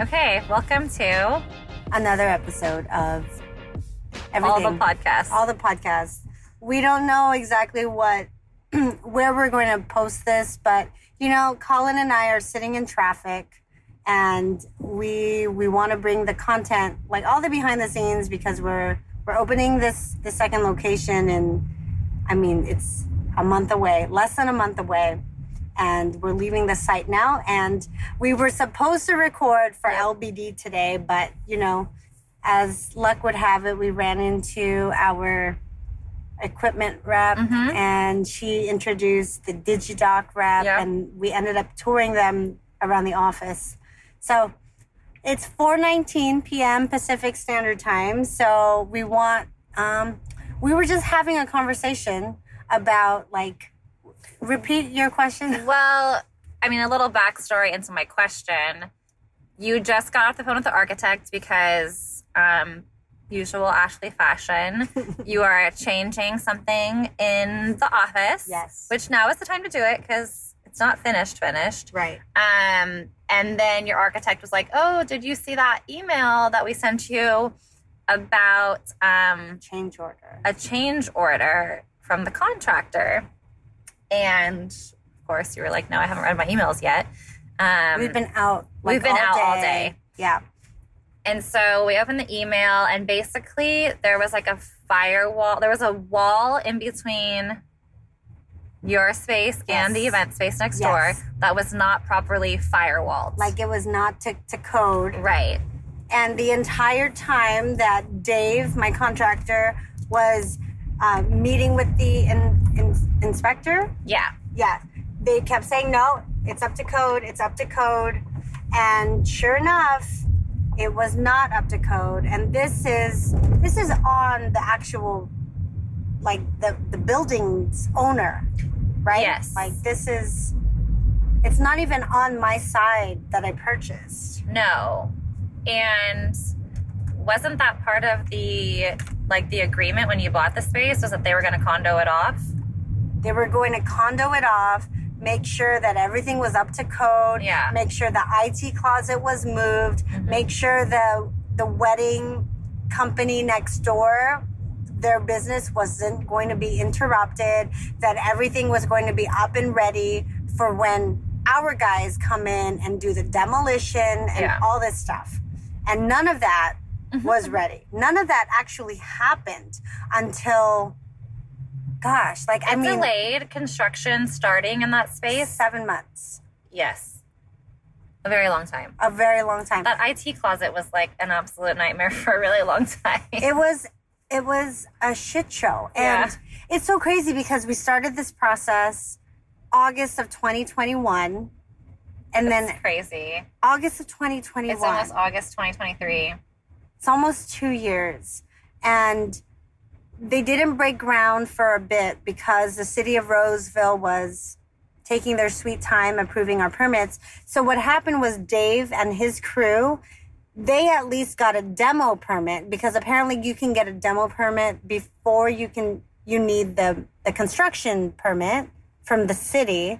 Okay, welcome to another episode of everything. all the podcasts. All the podcasts. We don't know exactly what where we're going to post this, but you know, Colin and I are sitting in traffic and we we want to bring the content like all the behind the scenes because we're we're opening this the second location and I mean, it's a month away, less than a month away. And we're leaving the site now. And we were supposed to record for LBD today, but you know, as luck would have it, we ran into our equipment rep Mhm. and she introduced the DigiDoc rep, Yeah. and we ended up touring them around the office. So it's 4:19 p.m. Pacific Standard Time. So we want um, we were just having a conversation about like repeat your question. Well, I mean, a little backstory into my question. You just got off the phone with the architect because, um, usual Ashley fashion, you are changing something in the office. Yes. Which now is the time to do it because it's not finished, finished. Right. Um, and then your architect was like, "Oh, did you see that email that we sent you about um, Change order. a change order from the contractor?" And of course, you were like, "No, I haven't read my emails yet." Um, we've been out. Like, we've been out all day. Yeah. and so we opened the email, and basically there was like a firewall. There was a wall in between your space and Yes. the event space next Yes. door that was not properly firewalled. Like it was not to, to code. right. And the entire time that Dave, my contractor, was uh, meeting with the in, in, inspector, Yeah. yeah, they kept saying, no, it's up to code, it's up to code. And sure enough, it was not up to code. And this is this is on the actual like the, the building's owner, right? Yes. Like this is it's not even on my side that I purchased. No. And wasn't that part of the like the agreement when you bought the space was that they were going to condo it off? They were going to condo it off, make sure that everything was up to code, Yeah. make sure the IT closet was moved, Mhm. make sure the the wedding company next door their business wasn't going to be interrupted, that everything was going to be up and ready for when our guys come in and do the demolition and Yeah. Mm-hmm. all this stuff. And none of that was ready. None of that actually happened until gosh, like I It mean delayed construction starting in that space. seven months. Yes. A very long time. A very long time. That IT closet was like an absolute nightmare for a really long time. it was it was a shit show. And it's so crazy because we started this process August of 2021 and then It's crazy. August of 2021. It's almost August 2023. it's almost two years and they didn't break ground for a bit because the city of roseville was taking their sweet time approving our permits so what happened was dave and his crew they at least got a demo permit because apparently you can get a demo permit before you can you need the the construction permit from the city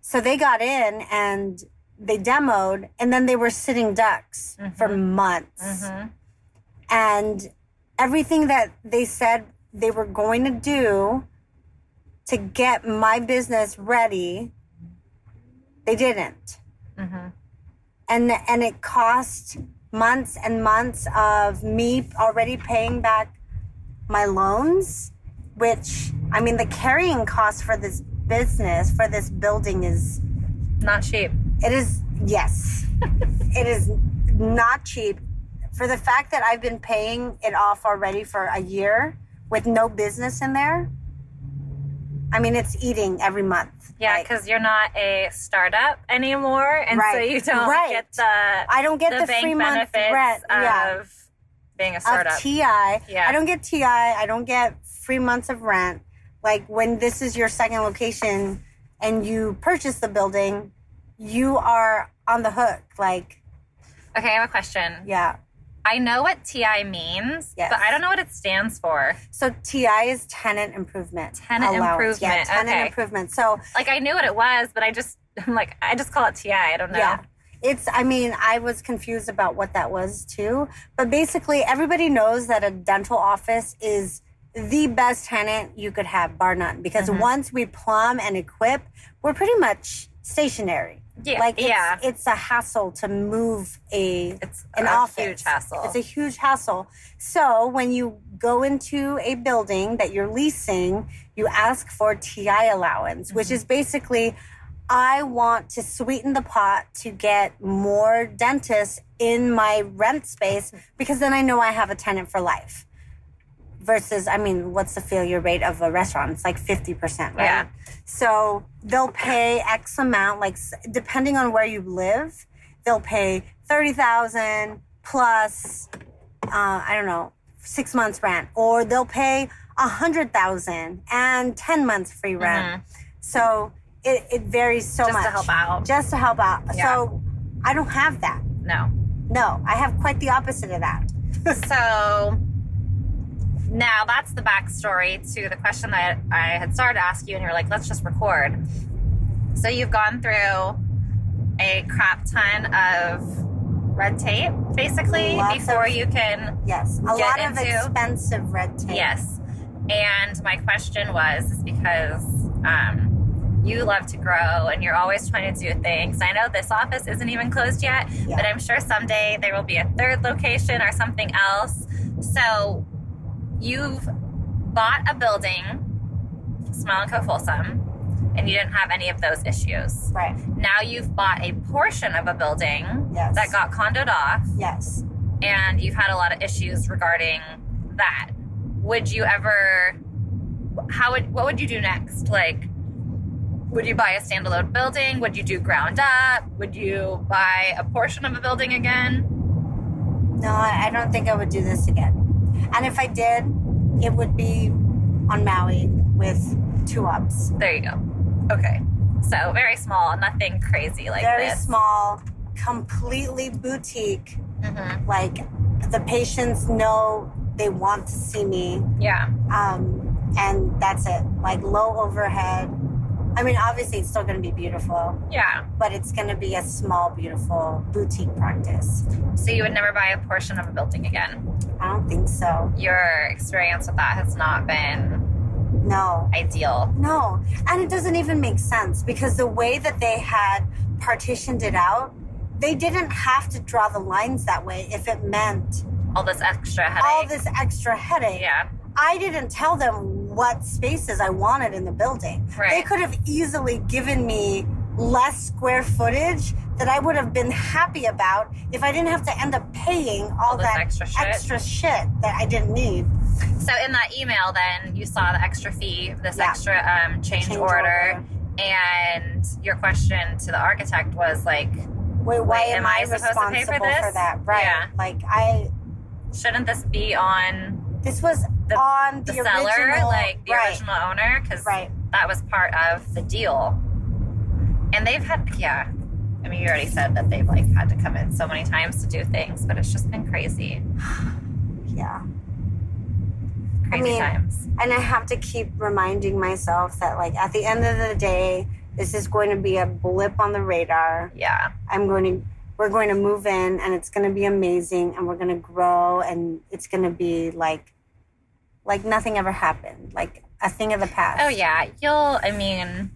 so they got in and they demoed and then they were sitting ducks for months Mhm. and everything that they said they were going to do to get my business ready they didn't Mhm. and and it cost months and months of me already paying back my loans which i mean the carrying cost for this business for this building is Not cheap. it is yes. it is not cheap. For the fact that I've been paying it off already for a year with no business in there. I mean, it's eating every month. Yeah, Like, because you're not a startup anymore, and so Right. you don't Right. get the I don't get the, the, bank free month benefits rent. of yeah. being a startup. Of TI. Yeah. I don't get TI. I don't get free months of rent. Like when this is your second location and you purchase the building, you are on the hook. Like, okay, I have a question. yeah. I know what TI means, Yes. but I don't know what it stands for. So TI is tenant improvement. Tenant allowance. Yeah, improvement, tenant okay. improvement. So Like I knew what it was, but I just I'm like I just call it TI. I don't know. yeah, it's i mean i was confused about what that was too but basically everybody knows that a dental office is the best tenant you could have bar none because Mm-hmm. once we plumb and equip we're pretty much stationary Yeah, like it's, yeah. it's a hassle to move a It's an a office. huge hassle. It's a huge hassle. So when you go into a building that you're leasing, you ask for TI allowance, which is basically I want to sweeten the pot to get more dentists in my rent space because then I know I have a tenant for life. Versus, I mean, what's the failure rate of a restaurant? It's like 50%, right? Yeah. So they'll pay X amount, like s- depending on where you live, they'll pay 30000 plus, uh, I don't know, six months rent, or they'll pay 100000 and 10 months free rent. So it, it varies so Mm-hmm. just much. to help out. Just to help out. Yeah. So I don't have that. no. No, I have quite the opposite of that. So now that's the backstory to the question that I had started to ask you, and you were like, let's just record. So you've gone through a crap ton of red tape, basically, Lots of- before you can. Yes, a Get lot of into- expensive red tape. Yes. And my question was is because um, you love to grow and you're always trying to do things. I know this office isn't even closed yet, Yeah. but I'm sure someday there will be a third location or something else. So you've bought a building, Small and Co. Folsom, and you didn't have any of those issues. Right. Now you've bought a portion of a building Yes. that got condoed off Yes. and you've had a lot of issues regarding that. Would you ever? How would what would you do next? Like, would you buy a standalone building? Would you do ground up? Would you buy a portion of a building again? No, I I don't think I would do this again. And if I did, it would be on Maui with two ups. There you go. Okay, so very small, nothing crazy like Very this. small, completely boutique. Mhm. Like the patients know they want to see me. Yeah, Um, and that's it. Like low overhead. I mean, obviously, it's still going to be beautiful, yeah. but it's going to be a small, beautiful boutique practice. So you would never buy a portion of a building again. I don't think so. Your experience with that has not been No. ideal. No, and it doesn't even make sense because the way that they had partitioned it out, they didn't have to draw the lines that way if it meant All this extra headache. all this extra headache. Yeah, I didn't tell them what spaces I wanted in the building. They right. could have easily given me less square footage that I would have been happy about if I didn't have to end up paying all, all this that extra shit. extra shit that I didn't need. So in that email, then you saw the extra fee, this Yeah. extra um, change, Change order, and your question to the architect was like, Wait, why Wait, am am, I, I supposed to responsible pay for for this? that? Right. Yeah. Like I shouldn't this be on This was The- on the, the, seller, original, like the right, original owner, because right. that was part of the deal. And they've had, yeah. I mean, you already said that they've like had to come in so many times to do things, but it's just been crazy, Yeah, crazy mean- times. and I have to keep reminding myself that, like, at the end of the day, this is going to be a blip on the radar. Yeah, I'm going to, we're going to move in, and it's going to be amazing, and we're going to grow, and it's going to be like, like nothing ever happened, like a thing of the past. Oh yeah, you'll. I mean,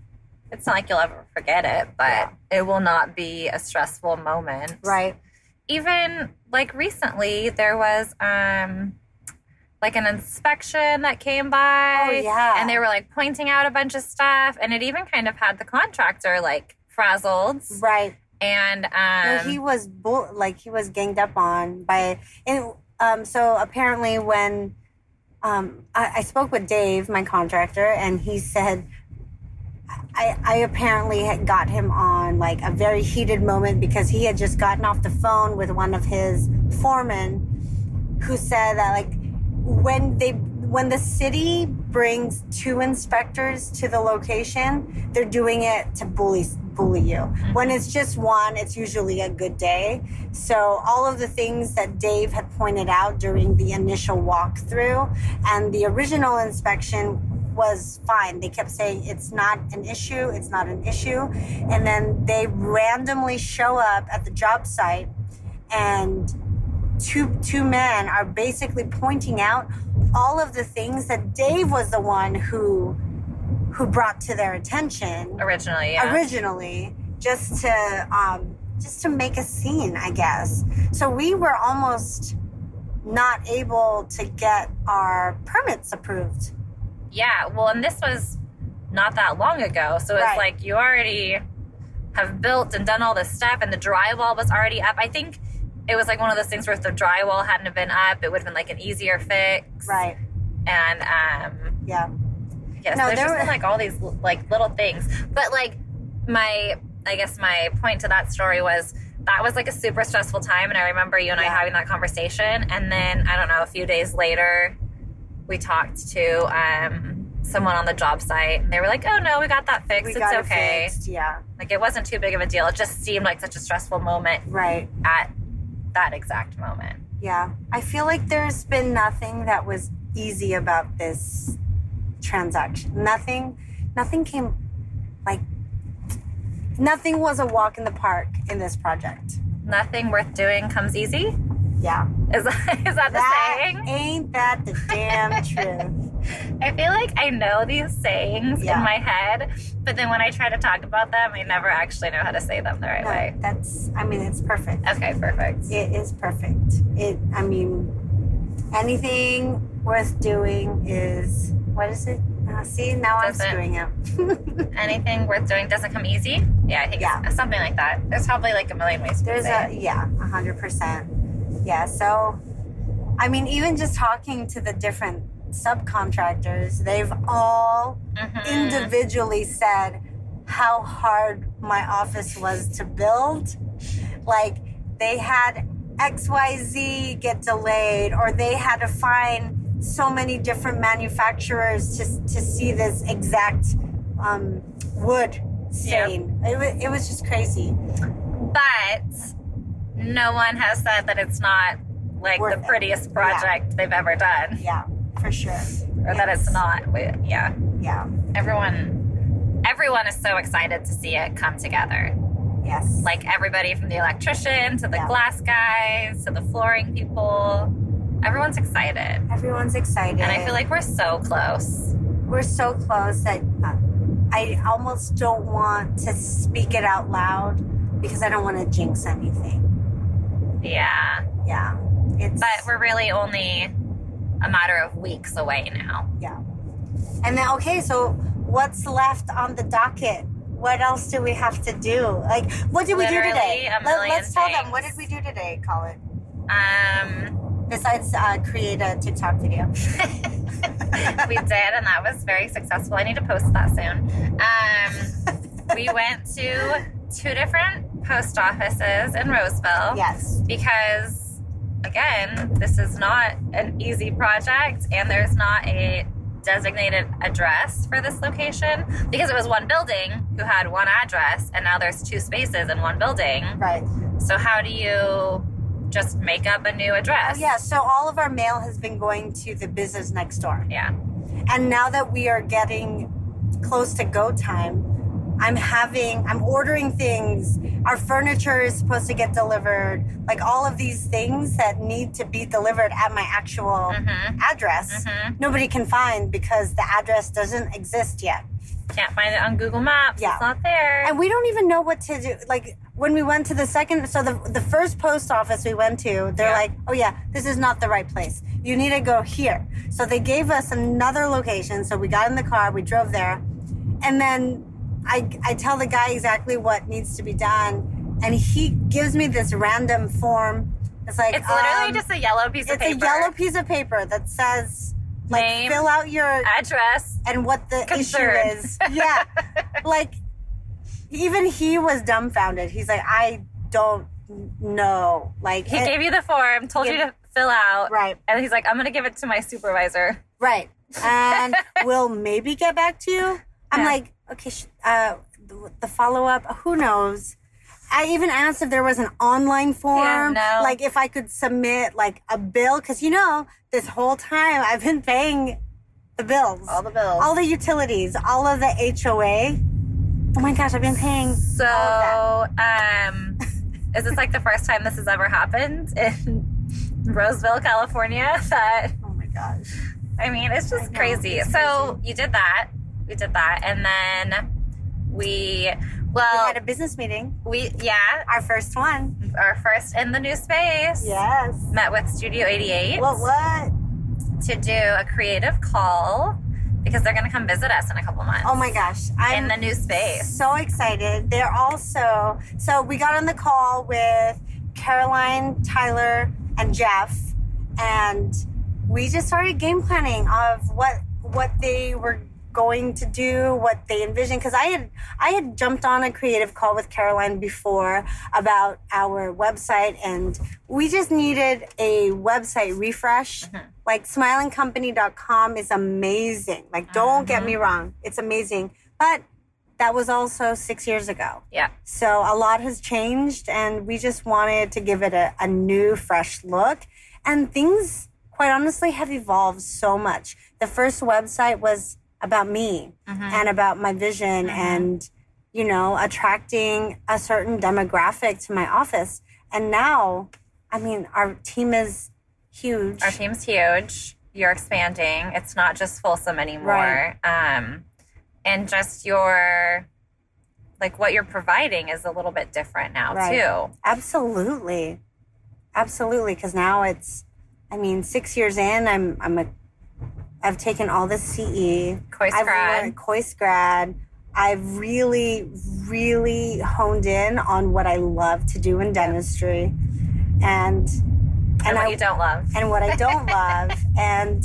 it's not like you'll ever forget it, but Yeah. it will not be a stressful moment. right. Even like recently, there was um, like an inspection that came by. Oh yeah, And they were like pointing out a bunch of stuff, and it even kind of had the contractor like frazzled. right. And um, No, he was bull- like he was ganged up on by and um so apparently when um I, I spoke with Dave, my contractor, and he said I, I apparently had got him on like a very heated moment because he had just gotten off the phone with one of his foremen who said that like when they when the city brings two inspectors to the location, they're doing it to bully bully you. When it's just one, it's usually a good day. So all of the things that Dave had pointed out during the initial walkthrough and the original inspection was fine. They kept saying it's not an issue, it's not an issue. And then they randomly show up at the job site and two two men are basically pointing out all of the things that Dave was the one who who brought to their attention originally. Yeah. originally just to um, just to make a scene, I guess. So we were almost not able to get our permits approved. yeah. Well, and this was not that long ago, so it's Right. like you already have built and done all this stuff, and the drywall was already up. I think it was like one of those things where if the drywall hadn't have been up, it would have been like an easier fix. Right. And um, Yeah. Yes, No, there's there just were- been like all these like little things. But like my, I guess my point to that story was that was like a super stressful time, and I remember you and I Yeah. having that conversation, and then I don't know a few days later, we talked to um, someone on the job site, and they were like, "Oh no, we got that fixed. we it's got okay." it fixed. Yeah. Like it wasn't too big of a deal. It just seemed like such a stressful moment Right. at that exact moment. Yeah. I feel like there's been nothing that was easy about this transaction. Nothing nothing came like nothing was a walk in the park in this project. Nothing worth doing comes easy. Yeah. Is that, is that the That saying? ain't that the damn truth. I feel like I know these sayings Yeah. in my head, but then when I try to talk about them, I never actually know how to say them the right way. No, that's I mean it's perfect. Okay, perfect. It is perfect. It, I mean, anything worth doing is what is it? Uh, see, now I'm Does it- screwing up. Anything worth doing doesn't come easy. Yeah, I think it's- something like that. There's probably like a million ways to There's say a it. yeah, a hundred percent. Yeah. So, I mean, even just talking to the different subcontractors, they've all Mhm. individually said how hard my office was to build. Like they had XYZ get delayed, or they had to find so many different manufacturers to, to see this exact um, wood stain. It, was, it was just crazy. But no one has said that it's not like Worth the it. prettiest project they've ever done, Yeah, for sure. or that it's Yes. not. we- Yeah, Yeah, everyone, everyone is so excited to see it come together. yes. like everybody from the electrician to the Yeah. glass guys to the flooring people. Everyone's excited. everyone's excited. And I feel like we're so close. we're so close that uh, I almost don't want to speak it out loud because I don't want to jinx anything. Yeah. Yeah, it's But we're really only a matter of weeks away now. and then okay. So what's left on the docket? What else do we have to do? Like, what did we do Literally today? a million us tell them what did things. we do today, Colin. Um, Besides uh, create a TikTok video. we did, and that was very successful. I need to post that soon. Um, we went to two different post offices in Roseville. Yes. because again this is not an easy project and there's not a designated address for this location because it was one building who had one address and now there's two spaces in one building Right. so how do you just make up a new address Yeah. So all of our mail has been going to the business next door. yeah And now that we are getting close to go time, I'm having, I'm ordering things. Our furniture is supposed to get delivered. Like all of these things that need to be delivered at my actual mm-hmm. address, Mm-hmm. nobody can find because the address doesn't exist yet. can't find it on google maps Yeah. it's not there And we don't even know what to do. Like when we went to the second, so the, the first post office we went to, they're Yeah. like, oh yeah, this is not the right place. You need to go here. So they gave us another location. So we got in the car, we drove there. And then I, I tell the guy exactly what needs to be done. And he gives me this random form. It's like, it's literally um, just a yellow piece of it's paper a yellow piece of paper that says, like, Name. fill out your address and what the Concern. issue is. Yeah. like even he was dumbfounded. He's like, I don't know. Like he it- gave you the form told you Yeah. to fill out Right, and he's like i'm gonna give it to my supervisor right. And we'll maybe get back to you. I'm Yeah. like, okay, sh- uh, the, the follow up, who knows? I even asked if there was an online form, no. like if I could submit like a bill, because you know, this whole time I've been paying the bills, All the bills. all the utilities, all of the HOA. Oh my gosh, I've been paying. so, um, is this like the first time this has ever happened in Roseville, California? That Oh my gosh. I mean, it's I just know, crazy. it's So you did that. We did that, and then we, we well, had a business meeting, we, yeah, our first one. our first in the new space. Yes. Met with Studio 88 What? What? to do a creative call because they're going to come visit us in a couple months. Oh my gosh! I'm in the new space. So excited. They're also so we got on the call with Caroline, Tyler, and Jeff, and we just started game planning of what what they were going to do, what they envisioned. Because I had I had jumped on a creative call with Caroline before about our website, and we just needed a website refresh. Like smilingcompany.com is amazing. Like, don't get me wrong, it's amazing. But that was also six years ago. Yeah. So a lot has changed, and we just wanted to give it a, a new, fresh look. And things, quite honestly, have evolved so much. The first website was about me and about my vision and, you know, attracting a certain demographic to my office. And now, I mean, our team is huge. Our team's huge. You're expanding. It's not just Folsom anymore. Um, and just your, like, what you're providing is a little bit different now, Right. too. Absolutely. Absolutely cuz now it's I mean 6 years in I'm I'm a I've taken all the CE. Coist I've grad. learned Coist grad. I've really really honed in on what I love to do in dentistry and And, what you don't love. and what I don't love and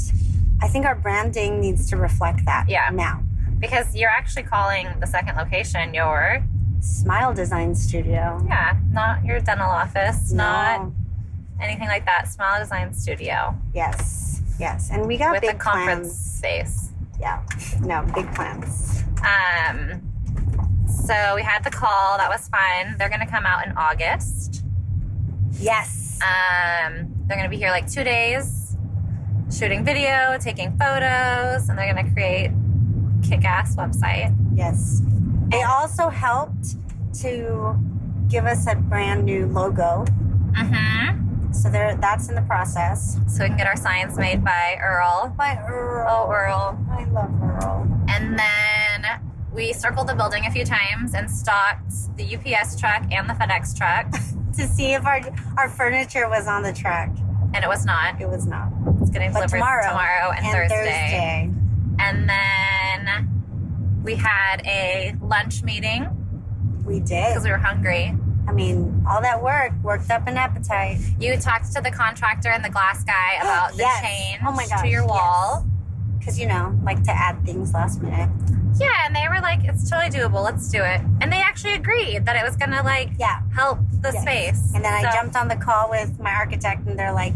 I think our branding needs to reflect that Yeah. now. Because you're actually calling the second location your, Smile Design Studio. yeah, not your dental office, not No. anything like that. Smile Design Studio yes. Yes. And we got with big a conference plans. space. Yeah. No, big plans. Um, so we had the call. That was fun. They're going to come out in August. Yes. Um, they're going to be here like two days, shooting video, taking photos, and they're going to create kick-ass website. Yes. They also helped to give us a brand new logo. Mm-hmm. So there that's in the process. So we can get our signs made by Earl. By Earl. Oh, Earl. I love Earl. And then we circled the building a few times and stopped the UPS truck and the FedEx truck, To see if our our furniture was on the truck. and it was not. It was not. It's getting But delivered tomorrow tomorrow, and, Thursday. And then we had a lunch meeting We did. because we were hungry. I mean, all that work worked up an appetite. You talked to the contractor and the glass guy about the Yes. change Oh my gosh, to your wall. Cause you know, like to add things last minute. Yeah, and they were like, it's totally doable. Let's do it. And they actually agreed that it was going to like Yeah. help the Yes. space. And then So, I jumped on the call with my architect, and they're like,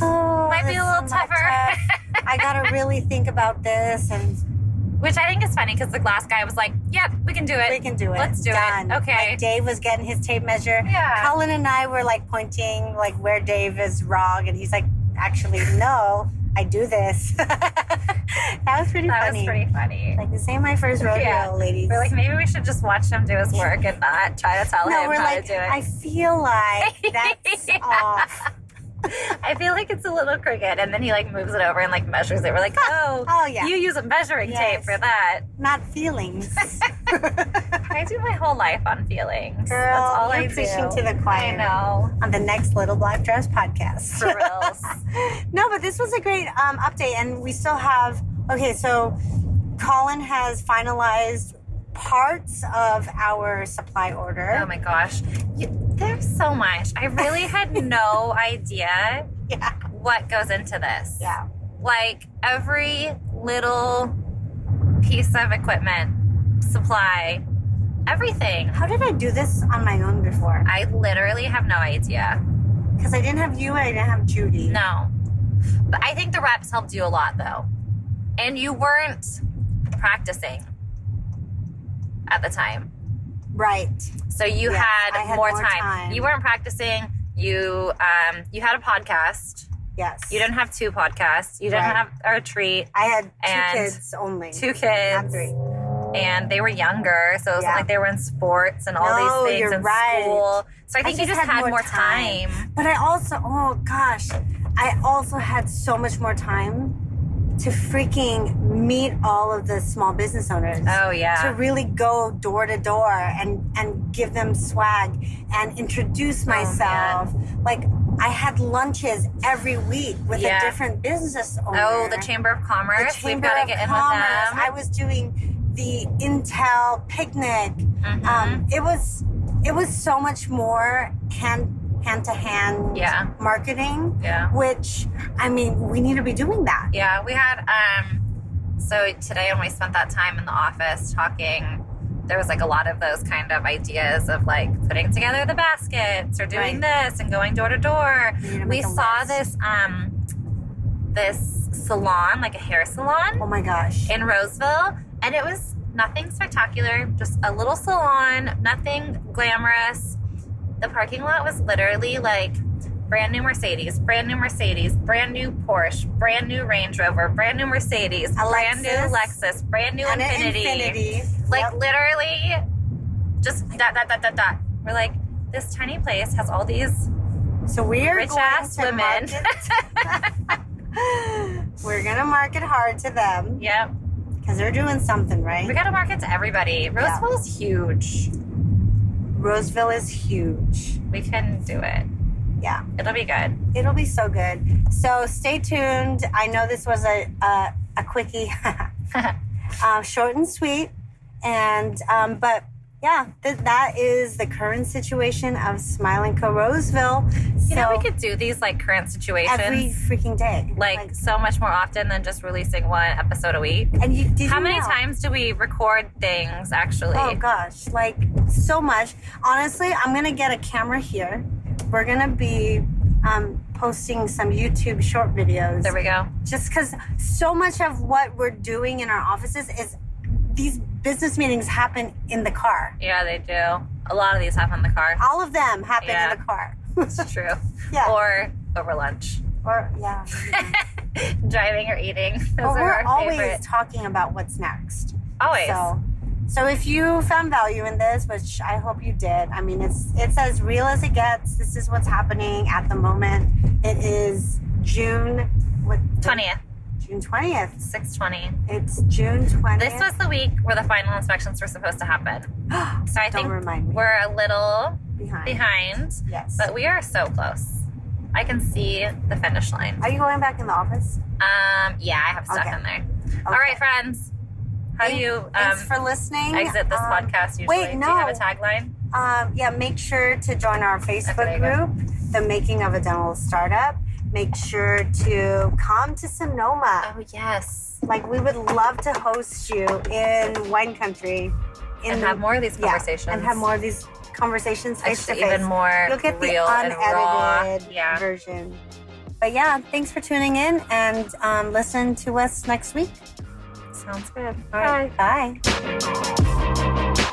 "Oh, Might be this a is little not tougher. tough. I gotta really think about this, and Which I think is funny because the glass guy was like, yep, we can do it. we can do it. Let's do it. Done. Okay. Like Dave was getting his tape measure. Yeah. Colin and I were like pointing like where Dave is wrong, and he's like, "Actually, no, I do this." that was pretty that funny. was pretty funny. Like this ain't my first rodeo, Yeah. ladies. We're like, maybe we should just watch him do his work and not try to tell no, him we're how like, to do it. I feel like that's Yeah. off. I feel like it's a little crooked, and then he like moves it over and like measures it. We're like, oh, Oh yeah, you use a measuring Yes. tape for that. not feelings. I do my whole life on feelings. Girl, That's all you're I do. preaching to the I choir. know. on the next Little Black Dress podcast. For reals. no, but this was a great um, update, and we still have. Okay, so Colin has finalized parts of our supply order. oh my gosh. You, there's so much. I really had no idea Yeah. what goes into this. yeah, Like every little piece of equipment, supply, everything. how did I do this on my own before? I literally have no idea. Because I didn't have you, and I didn't have Judy. No. But I think the reps helped you a lot though. And you weren't practicing at the time. Right. So you Yes, had, I had more, more time. time. You weren't practicing. You um, you had a podcast. Yes. You didn't have two podcasts. You didn't Right. have our treat, I had two and kids only. two kids, Not three. and they were younger, so it wasn't Yeah. like they were in sports and all No, these things you're in right. school. So I think you just had, more, time. But I also, oh gosh, I also had so much more time to freaking meet all of the small business owners. Oh to yeah, really go door to door and and give them swag and Oh, introduce myself. like I had lunches every week with Yeah. a different business owner. oh the Chamber of The Commerce. We've Chamber got to of get in Commerce. with them. I was doing the Intel picnic. Mhm. Um, it was it was so much more hand hand to hand yeah, marketing. yeah. Which I mean, we need to be doing that. Yeah, we had um so today when we spent that time in the office talking, there was like a lot of those kind of ideas of like putting together the baskets or doing this and going door to door. need to We make a saw list. this um this salon, like a hair salon Oh my gosh! in Roseville, and it was nothing spectacular, just a little salon, nothing glamorous. The parking lot was literally like brand new Mercedes, brand new Mercedes, brand new Porsche, brand new Range Rover, brand new Mercedes, brand new Lexus. Lexus, brand new and an Infinity. infinity. Like Yep. literally just dot dot dot dot dot. We're like, this tiny place has all these So we're rich going ass to women. market- we're gonna market hard to them yep. because they're doing something right. We gotta market to everybody. Roseville is huge. Roseville is huge. We can do it. Yeah, It'll be good. it'll be so good. So stay tuned. I know this was a a, a quickie, um, short and sweet, and um, but. Yeah, th- that is the current situation of Smile and Co. Roseville. You so know, we could do these like current situations every freaking day, like, so much more often than just releasing one episode a week. and you, did How you many know? times do we record things actually? Oh gosh, like so much. Honestly, I'm gonna get a camera here. We're gonna be um, posting some YouTube short videos. there we go. Just because so much of what we're doing in our offices is these business meetings happen in the car. Yeah, they do. A lot of these happen in the car. All of them happen Yeah. in the car. It's true. Yeah. Or, Or over lunch. yeah. Driving or eating. Those But are we're our always favorite. talking about what's next. Always. So, so if you found value in this, which I hope you did, I mean, it's it's as real as it gets. This is what's happening at the moment. It is June what 20th, June twentieth. 620. It's June twentieth. This was the week where the final inspections were supposed to happen. So I Don't think remind me. we're a little behind. behind, Yes. but we are so close. I can see the finish line. Are you going back in the office? Um, yeah, I have stuff Okay. in there. Okay. All right, friends. How do Thank- you um, Thanks for listening. exit this Um, podcast usually? wait, Do you have a no. tagline? Um, yeah, make sure to join our there Facebook you go. group, The Making of a Dental Startup. Make sure to come to Sonoma. Oh, yes. Like we would love to host you in wine country, in and have more of these yeah, conversations. and have more of these conversations face to Actually, face. even more You'll get the real and raw. unedited Yeah. version. But yeah, thanks for tuning in and um, listen to us next week. Sounds good. All right, bye.